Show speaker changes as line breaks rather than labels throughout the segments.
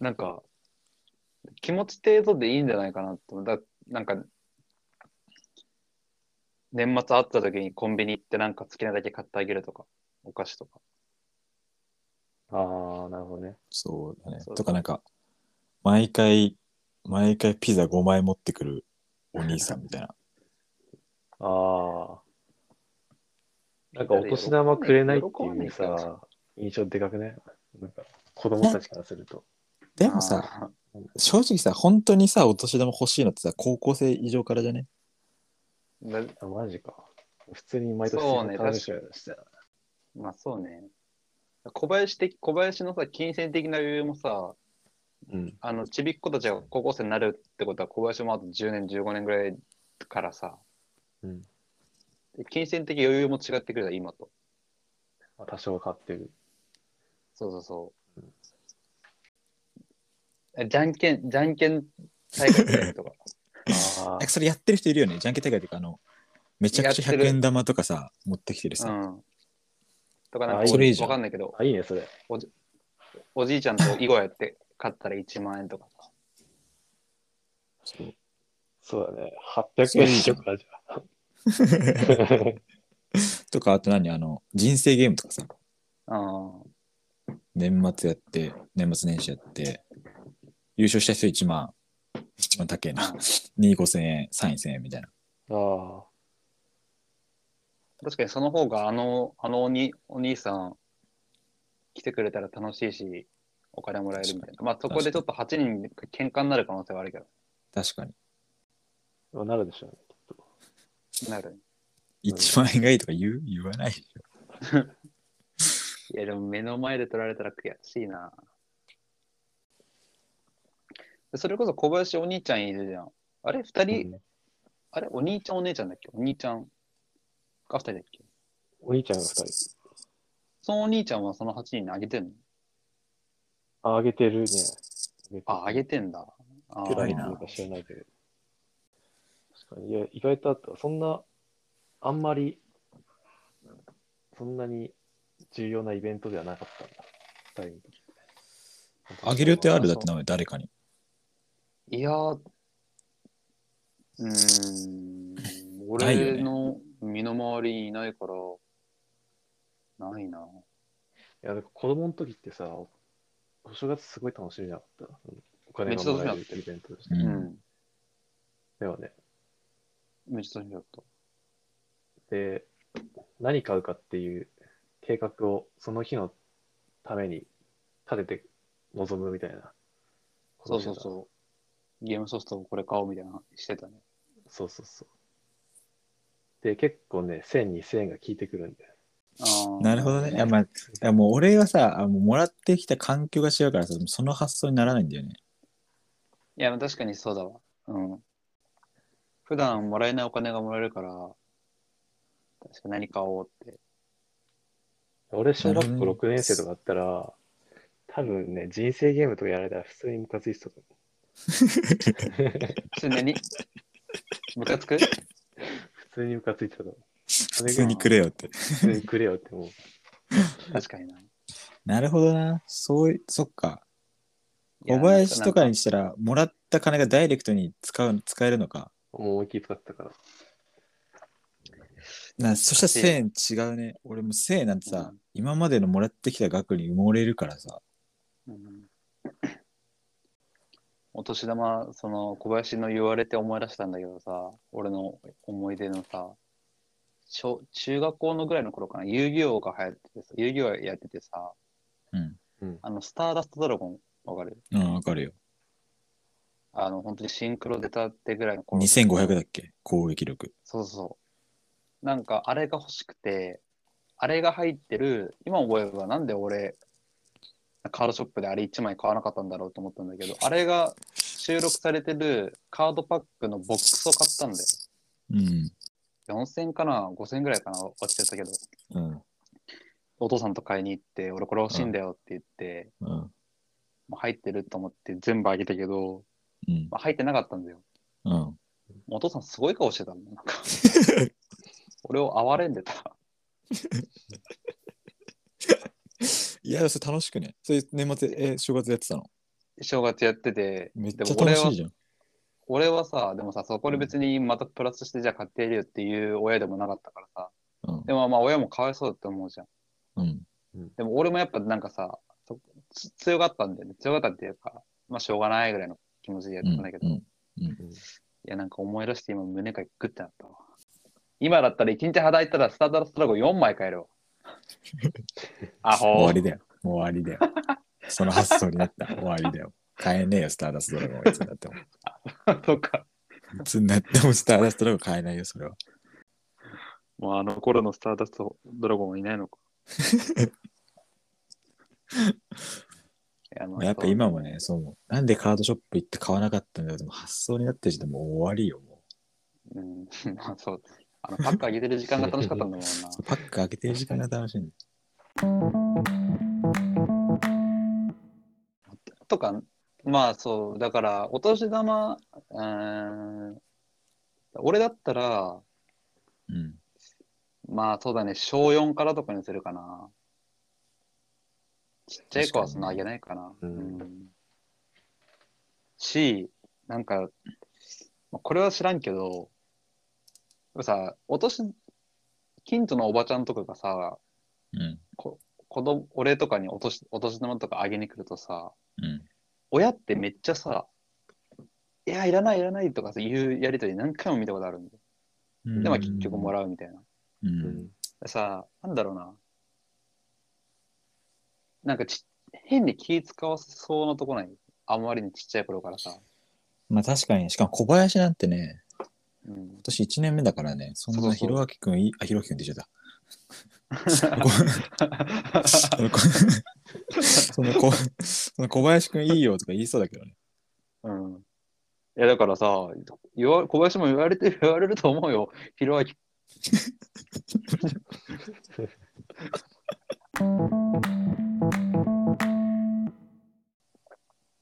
なんか、気持ち程度でいいんじゃないかなと。だなんか、年末会った時にコンビニ行ってなんか好きなだけ買ってあげるとか、お菓子とか。
ああ、なるほどね。
そうだね
そう。
とかなんか、毎回、毎回ピザ5枚持ってくるお兄さんみたいな。
ああ。なんかお年玉くれないっていうさ、印象でかくねなんか子供たちからすると。
でもさ、
あ
正直さ、本当にさ、お年玉欲しいのってさ、高校生以上からじゃね
ー、だ
あ、マジか。普通に毎年
そうね
楽しみにしてた。
まあそうね。小林的、小林のさ、金銭的な余裕もさ、
うん。
あの、ちびっ子たちが高校生になるってことは、小林もあと10年、15年ぐらいからさ、
うん。
で金銭的余裕も違ってくるじゃん今と。
まあ、多少買ってる。
そうそうそう。えじゃんけん、じゃんけん大会みたいなとか。
あ
えそれやってる人いるよね。じゃんけん大会っていうか、あの、めちゃくちゃ
やって
100
る
円玉とかさ、持ってきてる
う
さ。
ん。とかなん
あ
か、
いい
そ
それい
れ
いじゃ
わ
ん
かんないけど
あ。、あ、いいね、それ。
おじいちゃんと囲碁やって買ったら1万円とかさ。
そう
そうだね。800円とかじゃん。
とか、あと何あの、人生ゲームとかさ、
うん。
年末やって、年末年始やって、優勝した人1万、一番高えな。2位5000円、3位1000円みたいな。
あ
確かにその方が、あの、あのおにお兄さん、来てくれたら楽しいし、お金もらえるみたいな。まあ、そこでちょっと8人喧嘩になる可能性はあるけど。
確かに。
あ、まあなるでしょうね、きっと。
なる。
1万円がいいとか言う言わないでしょ。
いや、でも目の前で取られたら悔しいな。それこそ小林お兄ちゃんいるじゃん。あれ二人、あれお兄ちゃんお姉ちゃんだっけお兄ちゃんが二人だっけ
お兄ちゃんが2人。
そのお兄ちゃんはその8人にあげてんの
あ、あげてるね。
あ、あげてんだ。あ
て
偉
る
い
ー
な
のか知らないけど。確かに、いや、意外とあった。そんな、あんまり、そんなに重要なイベントではなかったんだ。二人の時
あげる予定あるだって名前誰かに。
いやー、うーん、
ないよね
俺の身の回りにいないから、ないな。
いや、なんか子供の時ってさ、おお正月すごい楽しみじゃなかった。お金が
めっちゃ
も
楽しみだ
らえ
っ
る
た
イベントでし
う。
た。
うんん。
ではね、
めっちゃ楽しみだった。
で、何買うかっていう計画をその日のために立てて臨むみたいな。
そうそうそう。ゲームソフトをこれ買おうみたいな話してたね。
そうそうそう。で、結構ね、1000、2000が効いてくるんで。
なるほどね。いやまあ、いやもう俺はさ、あもうもらってきた環境が違うからさ、その発想にならないんだよね。
いや、確かにそうだわ。うん。普段もらえないお金がもらえるから、確か何買おうって。
俺、小学
な
校
るほど
6年生とかだったら、多分ね、人生ゲームとかやられたら普通にムカついてたと思う。
それ 何ムカつく
普通にムカついてたと思う。普
普通にくれよって。
普通にくれよってもう。
確かにな。い
なるほどな。そうい、そっか。
や
小林とか
なん
にしたら、もらった金がダイレクトに使う、使えるのか。
もう思いっきり使ったから。
なそしたら1000円違うね。俺も1000円なんてさ、
う
今までのもらってきた額に埋もれるからさ。
うんお年玉、その小林の言われて思い出したんだけどさ、俺の思い出のさ、小中学校のぐらいの頃かな、遊戯王が流行っててさ、遊戯王やっててさ、
うん。
うん。
あの、スターダストドラゴン、わかる
うん、わかるよ。
あの、本当にシンクロ出たってぐらいの頃。
2500だっけ攻撃力。
そうそう。なんか、あれが欲しくて、あれが入ってる、今覚えればなんで俺、カードショップであれ1枚買わなかったんだろうと思ったんだけど、あれが収録されてるカードパックのボックスを買ったんだよ。
うん。
4000かな ?5000 ぐらいかな忘れたけど。
うん。
お父さんと買いに行って、俺これ欲しいんだよって言って、
うん。
もう入ってると思って全部あげたけど、
うん。
まあ、入ってなかったんだよ。
うん。
もうお父さんすごい顔してたもん。 なんか俺を憐れんでた。
いや、それ楽しくね。それ年末、え、正月やってたの。
正月やってて、
めっちゃ
でも俺
楽
は
しいじゃん。
俺はさ、でもさ、そこで別にまたプラスしてじゃあ買ってやるよっていう親でもなかったからさ、
うん
でもまあ親もかわいそうだと思うじゃん。
うん。
でも俺もやっぱなんかさ、そつ強かったんだよね。強かったっていうか、まあしょうがないぐらいの気持ちでやっ
う
た
ん
んだけど、
う
い
ん
やなんか思い出して今胸がグッてなったわ。今だったら一日働いたらスターダストラゴン4枚買 えるわ。ア
終
ホ
わり だよ。もう終わりだよ。その発想になった。終わりだよ。買えねえよ、スターダストドラゴンはいつになっても。
とか。
いつになってもスターダストドラゴン買えないよ、それは。
もうあの頃のスターダストドラゴンはいないの か。いやまあ
やっぱ
そう
今もね、そう思う。なんでカードショップ行って買わなかったんだよ。でも発想になってる時点でもう終わりよ、も
うん、 まあそう。あのパックあげてる時間が楽しかったんだ もんな。
う。パック開けてる時間が楽しいんだよ
とか、まあそう、だから、お年玉、うーん、俺だったら、
うん。
まあそうだね、小4からとかにするかな。ちっちゃい子はそんなあげないかな。
確かにね
うんし、なんか、まあこれは知らんけど、やっぱさ、お年、近所のおばちゃんとかがさ、
うん。
子供、俺とかにお年、お年玉とかあげに来るとさ、
うん。
親ってめっちゃさ、いや、いらない、いらないとかさ、いうやりとり何回も見たことあるんで。
うん
で、まあ結局もらうみたいな。
う。
うんん
さ、なんだろうな。なんかち、変に気使わせそうなとこないあんまりにちっちゃい頃からさ。
まあ確かに、しかも小林なんてね、
うん
今。年1年目だからね、そん
そう
な
そう
ひろあきくんい、あ、ひろあきくんって言っちゃった。 ごめんそのこ そのこその小林くんいいよとか言いそうだけどね。
うん。いや、だからさ、言わ小林も言われて、 言われると思うよ。ひろあき。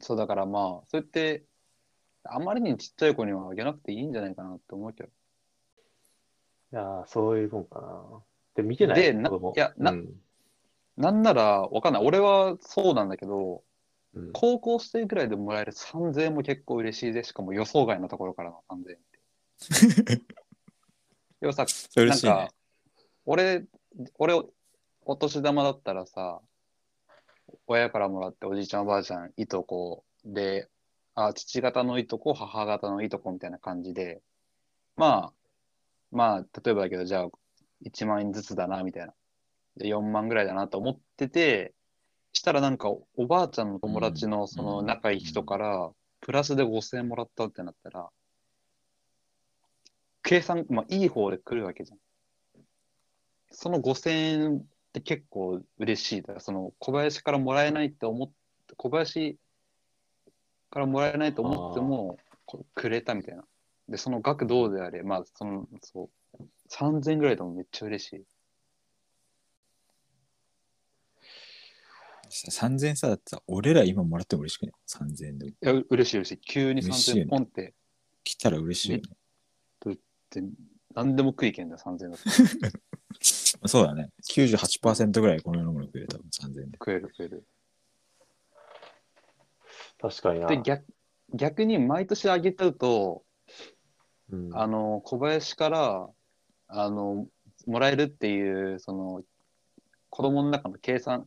そうだからまあ、そうやって、あまりにちっちゃい子にはあげなくていいんじゃないかなって思うけど。
いやーそういうもんかな。で、見てない
でな
子供
いやな
うん
なんなら、わかんない。俺はそうなんだけど、
うん
高校生ぐらいでもらえる3000円も結構嬉しいで、しかも予想外のところからの3000円って。 要はさ、
嬉
なん
しいね
か。、俺、俺、お年玉だったらさ、親からもらって、おじいちゃん、おばあちゃん、いとこで、あ、父方のいとこ、母方のいとこみたいな感じで、まあ、まあ、例えばだけど、じゃあ、1万円ずつだな、みたいな。で、4万ぐらいだなと思ってて、したらなんか、おおばあちゃんの友達のその
うん
仲いい人から、プラスで5000円もらったってなったら、計算、まあ、いい方で来るわけじゃん。その5000円って結構嬉しい。だからその小林からもらえないって思って、小林からもらえないと思ってもこくれたみたいな。で、その額どうであれ、まあ、その、そう、3000円ぐらいでもめっちゃ嬉しい。
3000円さ、だってさ、俺ら今もらっても嬉しくね。3000円でも。
いや、う嬉しい嬉しい。急に
嬉しいね
3000ポンって、
来たら嬉しいよね。
で何でも食いけんだよ、3000だって。
そうだね。98%ぐらいこの世のものくれたもん、3000円で。
食える食える。
確かにな。
で、逆、逆に毎年あげちゃうと、
うん
あの、小林から、あの、もらえるっていう、その、子供の中の計算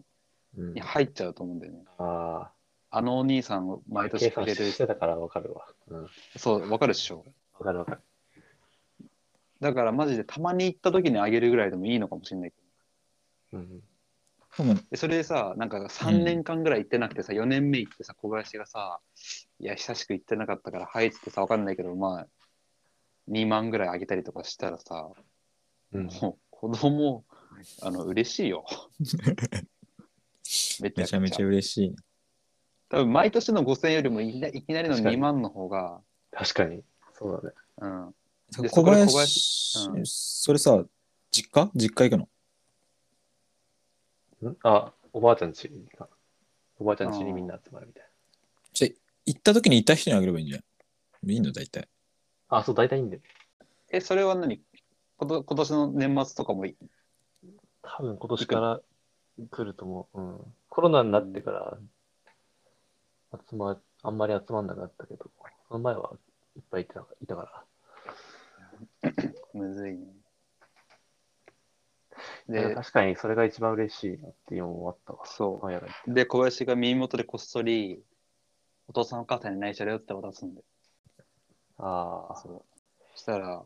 うん
に入っちゃうと思うんだよね。
あ
あのお兄さんを毎
あ、
年
計
く
算
れる
し。てたからわかるわ。うん、わ
そう、わかるでしょ。
かるわかる。
だからマジでたまに行った時にあげるぐらいでもいいのかもしれないけど。
うん、
でも、
でそれでさ、なんか3年間ぐらい行ってなくてさ、4年目行ってさ、小林がさ、いや、久しく行ってなかったから、はいっつってさ、わかんないけど、まあ、2万ぐらいあげたりとかしたらさ、
うん、
もう子供、あの、嬉しい よ。め
めちゃめちゃ嬉しいね。
多分毎年の5000円よりもいきないきなりの
確かに
2万の方が、
確かに。そうだね。
うん。でそ
小
こで
林
小林うん
それさ、実家実家行くの
んあ、おばあちゃんちにか。おばあちゃんちにみんな集まるみたい
じゃ行った時にいた人にあげればいいんじゃないいいの大体。
な。あ、そう、大体いいんだよ。
え、それは何こと今年の年末とかもい
多分今年から来ると思う。うん、コロナになってから、集ま、あんまり集まんなくなったけど、その前はいっぱいいたいたから。
むずいね。
いや
で、
確かにそれが一番嬉しいっていうのもあったわ。
そ
親が言って
う。で、小林が耳元でこっそり、お父さんお母さんに内緒だよって渡すんで。
ああ、
そう。そしたら、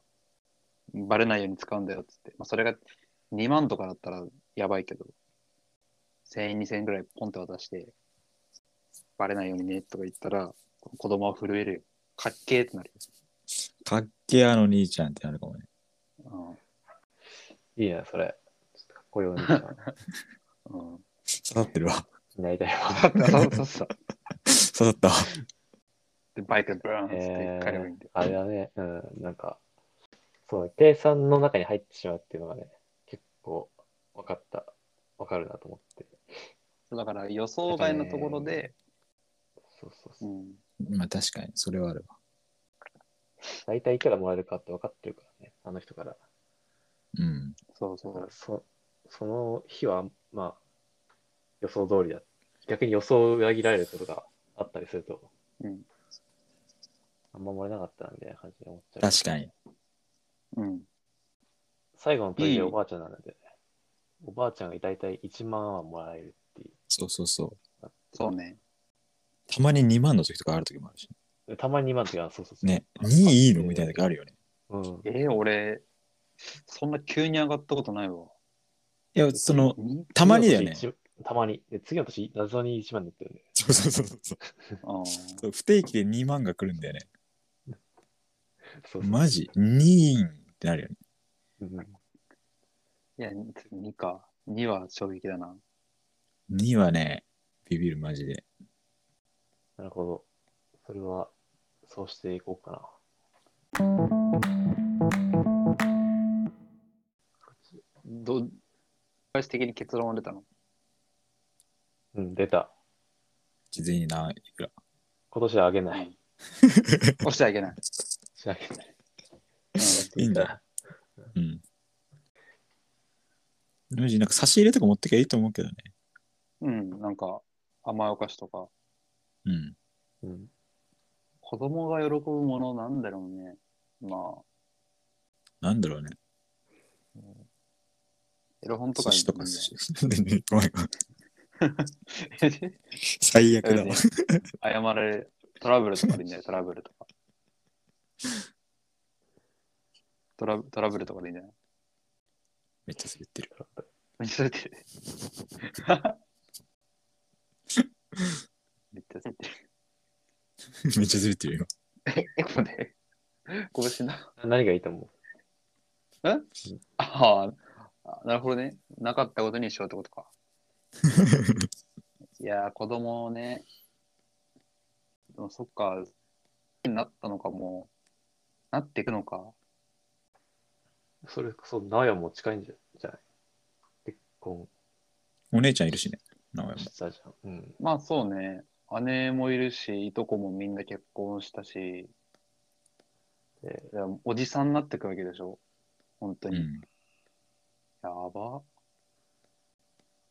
バレないように使うんだよっつって。まあ、それが2万とかだったらやばいけど、1000円、2000円ぐらいポンって渡して、バレないようにねとか言ったら、子供は震えるよ。かっけーってなる
かっけやの兄ちゃんってなるかもね。
よ。
いいね、それ。ちょっとかっこいいお兄ちゃん
うん。うん。
刺さってるわ。
になりたい
そ
わ。
うそうそう。
刺さった わ。
で、バイクでブーンっつって
え
帰ればいいんだ
ー
よ。
あれだね、うん、なんか、そう、計算の中に入ってしまうっていうのがね、結構分かった、分かるなと思って。
だから予想外のところで、
そうそう
う
そう。
ん、
まあ確かに、それはあるわ。
大体いくらもらえるかって分かってるからね、あの人から。
うん。
そうそ
だから
う。
そその日は、まあ、予想通りだ。逆に予想を裏切られることがあったりすると、
うん。
あんまもらえなかったなみたいな感じに思っちゃう。
確かに。
うん。
最後の時
いい
おばあちゃんなんだよね。おばあちゃんが大体1万はもらえるっていう。
そうそうそう。
そうね。
たまに2万の時とかある時もあるし。
たまに2万っていうのはそうそうそう。
ね。2いいのみたいな時あるよね。
うん。
えー、俺、そんな急に上がったことないわ。
いや、その、
に
たまにだよね。
次の年一。たまに。で次の年、謎に1万だったよね。
そうそうそうそう
あー
そう。不定期で2万が来るんだよね。
そうそう。
マジ ?2 んってなるよね。
うん
いや、2か。2は衝撃だな。
2はね、ビビるマジで。
なるほど。それは、そうしていこうかな。
ど、最終的に結論は出たの。
うん、出た。
全員何いくら。
今年はあげない。
押してあげない。
しなきゃいけない。
いいんだ。うん。マジなんか差し入れとか持ってきゃいいと思うけどね。
うん。うん、なんか、甘いお菓子とか。
うん。
うん。
子供が喜ぶものなんだろうね。まあ、
なんだろうね。
エロ本と
寿
か
司とか
いい
寿
ね
司。 ねねごめんごめん最悪だわ。
謝られるトラブルとかでいいんじゃないトラブルとか。トラブトラブルとかでいいんじゃない
めっちゃ滑ってる。
めっちゃ滑ってる。めっちゃ滑ってる。
めっちゃ滑ってるよ。
え、これ、拳な。
何がいいと思
ああ、なるほどね。なかったことにしようってことか。いやー、子供をね。でもそっか、なったのかも。なっていくのか。
うそれこそ、名古屋も近いんじゃじゃない結婚
お姉ちゃんいるしね。名古屋も。
したじゃん。うん。
まあそうね。姉もいるし、いとこもみんな結婚したし、
で、
いやおじさんになってくわけでしょ。本当
う
に。
ん。
やば。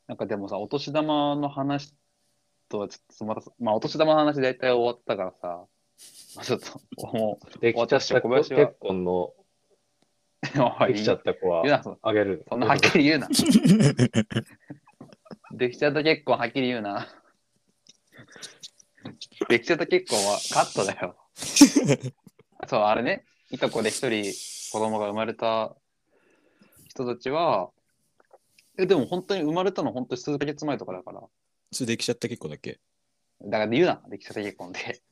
なんかでもさ、お年玉の話とはちょっとまた、まあお年玉の話大体終わったからさ、まあちょっと、も
できちゃった子、
私は小林は
結婚の、
う、もう
できちゃった子は
言う、な、そ
あげる。
そんなはっきり言う な。できちゃった結婚はっきり言うな。できちゃった結婚はカットだ よ。そう、あれね、いとこで一人子供が生まれた人たちは、え、でも本当に生まれたの本当に数ヶ月前とかだから、
それできちゃった結構だっけ
だから言うな、できちゃった結婚で。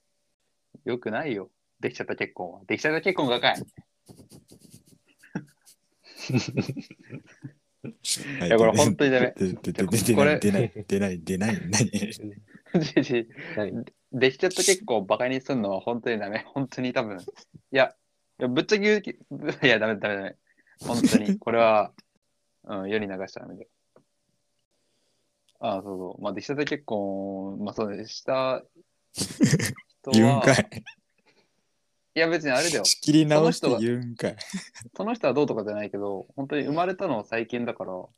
よくないよ、できちゃった結婚は。できちゃった結婚がかい。
い
いや、これ本当にダメ。
出出出
これ
出出ない、出ない、出ない、出ない。何
何
できちゃった結構バカにするのは本当にダメ。本当に多分。いや、いやぶっちゃけ言うけ、ぶいや、ダメダメダメ。本当 に。これは、うん、世に流しちゃダメで。ああ、そうそう。まあ、できちゃった結婚、まあそうね、 した人
言うん
は、
か
い
い。
や別にあれだよ。
仕切り直し
そ
て
の人
言うんかい。
その人はどうとかじゃないけど、本当に生まれたのは最近だから、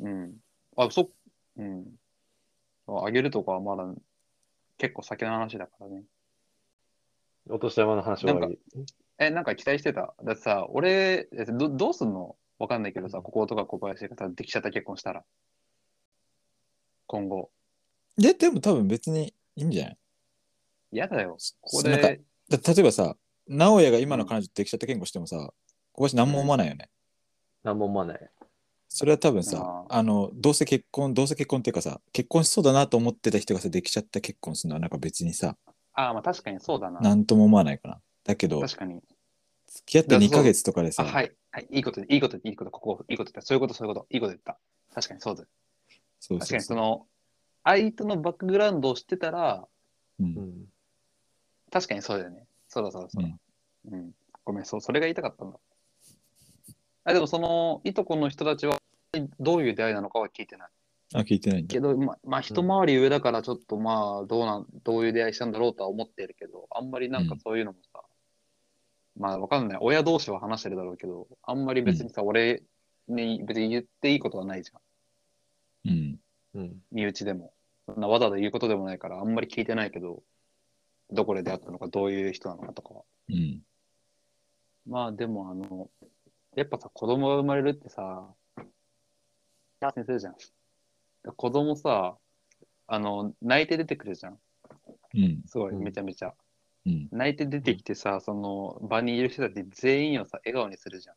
うん。あ、そ、うん。あげるとかはまだ結構先の話だからね。
お年玉の話は終わり。
え、なんか期待してた。だってさ、俺、えどどうすんのわかんないけどさ、こことか小林がさ、できちゃった結婚したら。今後。
で、でも多分別にいいんじゃない
嫌だよ。ここ
なんか
で、
だ例えばさ、直哉が今の彼女とできちゃった健康してもさ、小林何も思わないよね。
何も思わない。
それは多分さ、
あ
あの、どうせ結婚、どうせ結婚っていうかさ、結婚しそうだなと思ってた人がさ、できちゃった結婚するのはなんか別にさ、
ああ、まあ確かにそうだな。
なんとも思わないかな。だけど、付
確かに。
き合って
だから
2ヶ月とかで
あ、
さ、
はい。はい。いいこと、いいこと、いいこと、ここ、いいこと言った。そういうこと、そういうこと、いいこと言った。確かにそうだ。
そう
確
そ
か
う
に
そ。
そうの、相手のバックグラウンドを知ってたら、
う
うんん。
確かにそうだよね。そうだそうだそうだ。うん。ごめん、そう、それが言いたかったんだ。あでも、その、いとこの人たちは、どういう出会いなのかは聞いてない。
あ、聞いてないんだ
け。ど、まあ、まあ、一回り上だから、ちょっとまあ、どうなん、どういう出会いしたんだろうとは思ってるけど、あんまりなんか
うん
そういうのもさ、まあ、わかんない。親同士は話してるだろうけど、あんまり別にさ、俺に別に言っていいことはないじゃん。
うん。
うん。
身内でも。そんなわざわざ言うことでもないから、あんまり聞いてないけど、どこで出会ったのか、どういう人なのかとかは。
うん。
まあでも、あの、やっぱさ、子供が生まれるってさ、幸せにするじゃん。子供さ、あの、泣いて出てくるじゃん。
うん。
すごい、
うん
めちゃめちゃ。
うん。
泣いて出てきてさ、その場にいる人たち全員をさ、笑顔にするじゃん。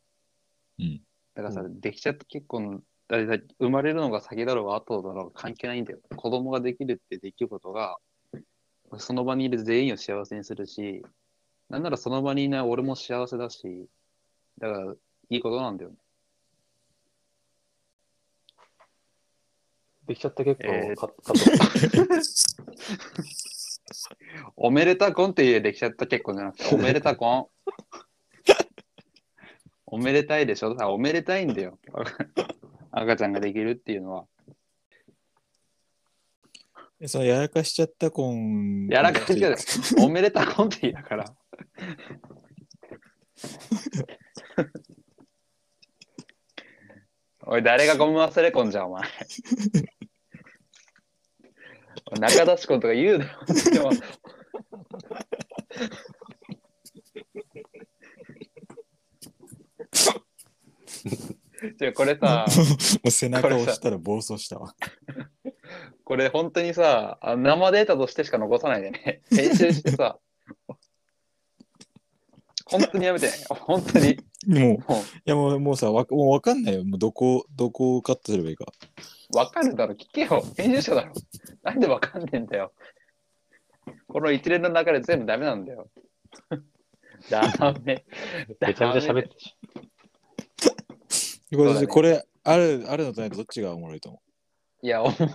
うん。
だからさ、
う
できちゃって結構、あれだ生まれるのが先だろうが後だろうが関係ないんだよ。子供ができるって出来事が、その場にいる全員を幸せにするし、なんならその場にいない俺も幸せだし、だから、いいことなんだよね。
できちゃった結
えー
構、か カット。
おめでたこんっていうできちゃった結婚じゃなくて、おめでたこん。おめでたいでしょだからおめでたいんだよ。赤ちゃんができるっていうのは。
えそのやらかしちゃったコン。
やらかしちゃっおめでたコンって言いだから。 おい、誰がゴム忘れコンじゃん、お前。おい中出しコンとか言うなよ。でもじゃあこれさ、
もう背中を押したら暴走したわ。
これ本当にさ、あ生データとしてしか残さないでね。編集してさ。本当にやめて。本当に。
もう、い
も
やもうもうさ、わもうわかんないよ。もうどこ、どこをカットすればいいか。
う、わかるだろ。聞けよ。編集者だろ。なんでわかんねえんだよ。この一連の流れ全部ダメなんだよ。 ダメ。
めちゃめちゃ喋ってし
こ
う
れ、
だね
これある、あるのとないとどっちがおもろいと思
いや、おもろい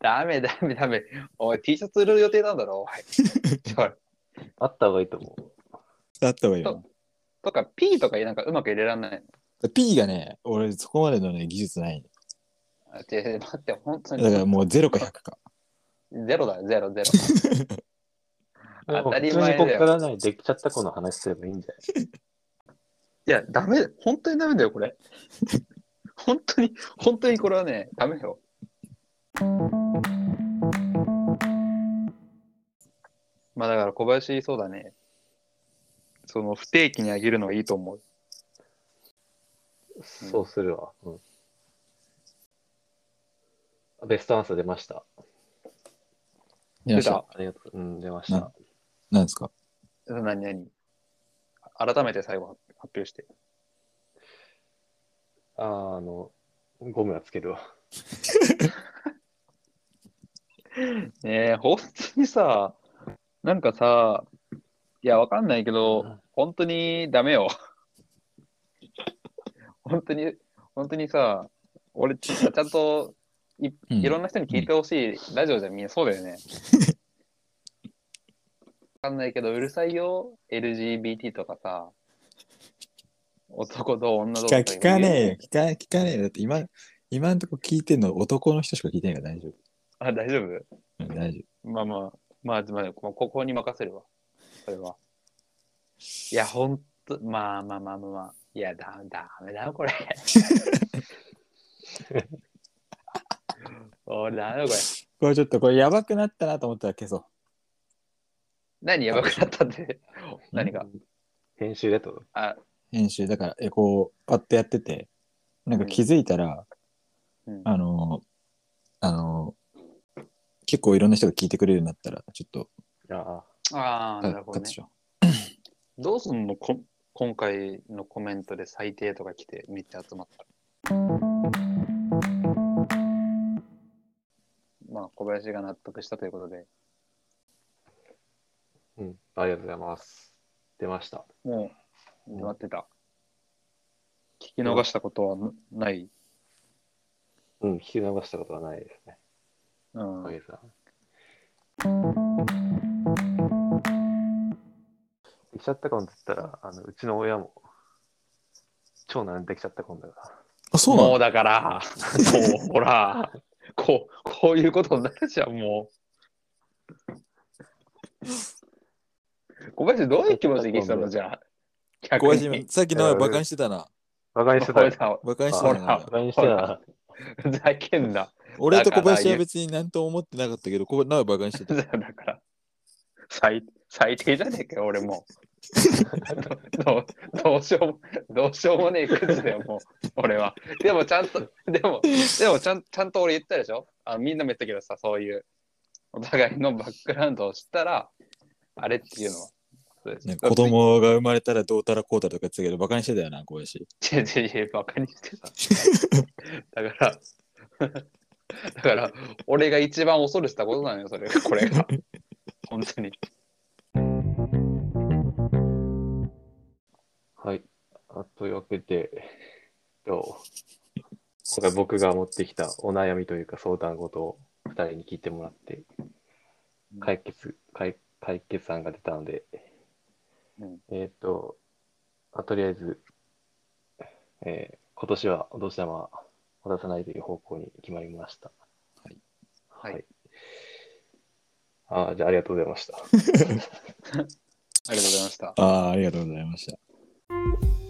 ダメ、ダメ、ダメ。おい、T シャツ売る予定なんだろ、おい。ちょ
あった方がいいと思う。
う。あった方がいいよ
とか、P とかなんかうまく入れらんないの。
な。P がね、俺そこまでのね、技術ない。
あ違う違う待って、本当に
だ。からもう0か100か。
ゼロだよ、ゼロ、ゼロ。
でも
当た
普
り
通に
前
こ
だ
っか
よ。
らない、できちゃった子の話すればいいんじゃない
いや、ダメ、本当にダメだよ、これ。 本当に、本当にこれはね、ダメよ。まあだから小林、そうだね。その不定期にあげるのがいいと思う。
そうするわ。うん。ベストアンサー出ました。
いました
出
ありがとう。うん、出ました。
なんですか
た。何何改めて最後発表して。
あーあの、ゴムはつけるわ。
ねえ、本当にさ、なんかさ、いや、わかんないけど
うん、
本当にダメよ。 本当に、本当にさ、俺、ちちゃんとい
うん
いろんな人に聞いてほしいラジオじゃん、みんなそうだよね。わかんないけど、うるさいよ、LGBT とかさ、男と女と
聞
か
か聞かねえよ。聞か聞かねえよ。だって今、今んとこ聞いてんの男の人しか聞いてないから大丈
あ、大丈夫
夫。うん、大丈
まあまあ、まあ、まあ、こここに任せるわ。それは。いや、ほんと、まあまあまあまあ、まあ、いや、だ、だめだよ、 これ。おい、だめだよ、これ。
夫。これちょっと、これやばくなったなと思ったら消そ
何やばくなったって。何が
編集だと。
あ、
う。編集、だから、え、こう、パッとやってて、なんか気づいたら、
うん、
あのー、あのー、結構いろんな人が聞いてくれるようになったら、ちょっと、
あ
あー、なるほど
カット
ね
し。よ
どうすんのこ今回のコメントで最低とか来てめっちゃ集まった。まあ、小林が納得したということで、
あ、うん。ありがとうございます。出ました。
も
う
う、
ん
待ってた。聞き逃したことはなない。
うん、聞き逃したことはないですね。
うん。
小林さん。できちゃったコンって言ったら、あのうちの親も、長男できちゃったコンだから。
う。あ、そうな
もう
の
だから、 もうほら、こう、こういうことになるじゃん、もう。小林、どういう気持ちで聞いてたのじゃあ。逆
小
に
林今、さっきのはバカにしてたな。
バカにして
小
た。
林
バカにしてた
ほら
な
バ。カにしてた。
さんふざけんな。
俺と小林は別に何とも思ってなかったけど、ここ、なおバカにしてた。
だから、最最低じゃねえかよ、俺 も。どどどうしようも、どうしようもねえ靴だよ、もう、俺は。でも、ちゃんと、でも、でもちゃん、ちゃんと俺言ったでしょあみんなも言ったけどさ、そういう、お互いのバックグラウンドを知ったら、あれっていうのは。そうです
ね子。供が生まれたらどうたらこうたらとか言ってたけど、バカにしてたよな、小林。
違う違う違う、バカにしてさ。だから、だから、俺が一番恐れてたことなのよ、それが、これ が。本当に。
はい。あというわけで、どう今回僕が持ってきたお悩みというか相談事を2人に聞いてもらって、解決、解解決案が出たので、
うん
えーっと、あとりあえず、えー今年はお年玉を渡さないという方向に決まりました。
はい。
はい。
はい
あーじゃあありがとうございました。
ありがとうございました。
ああ、ありがとうございました。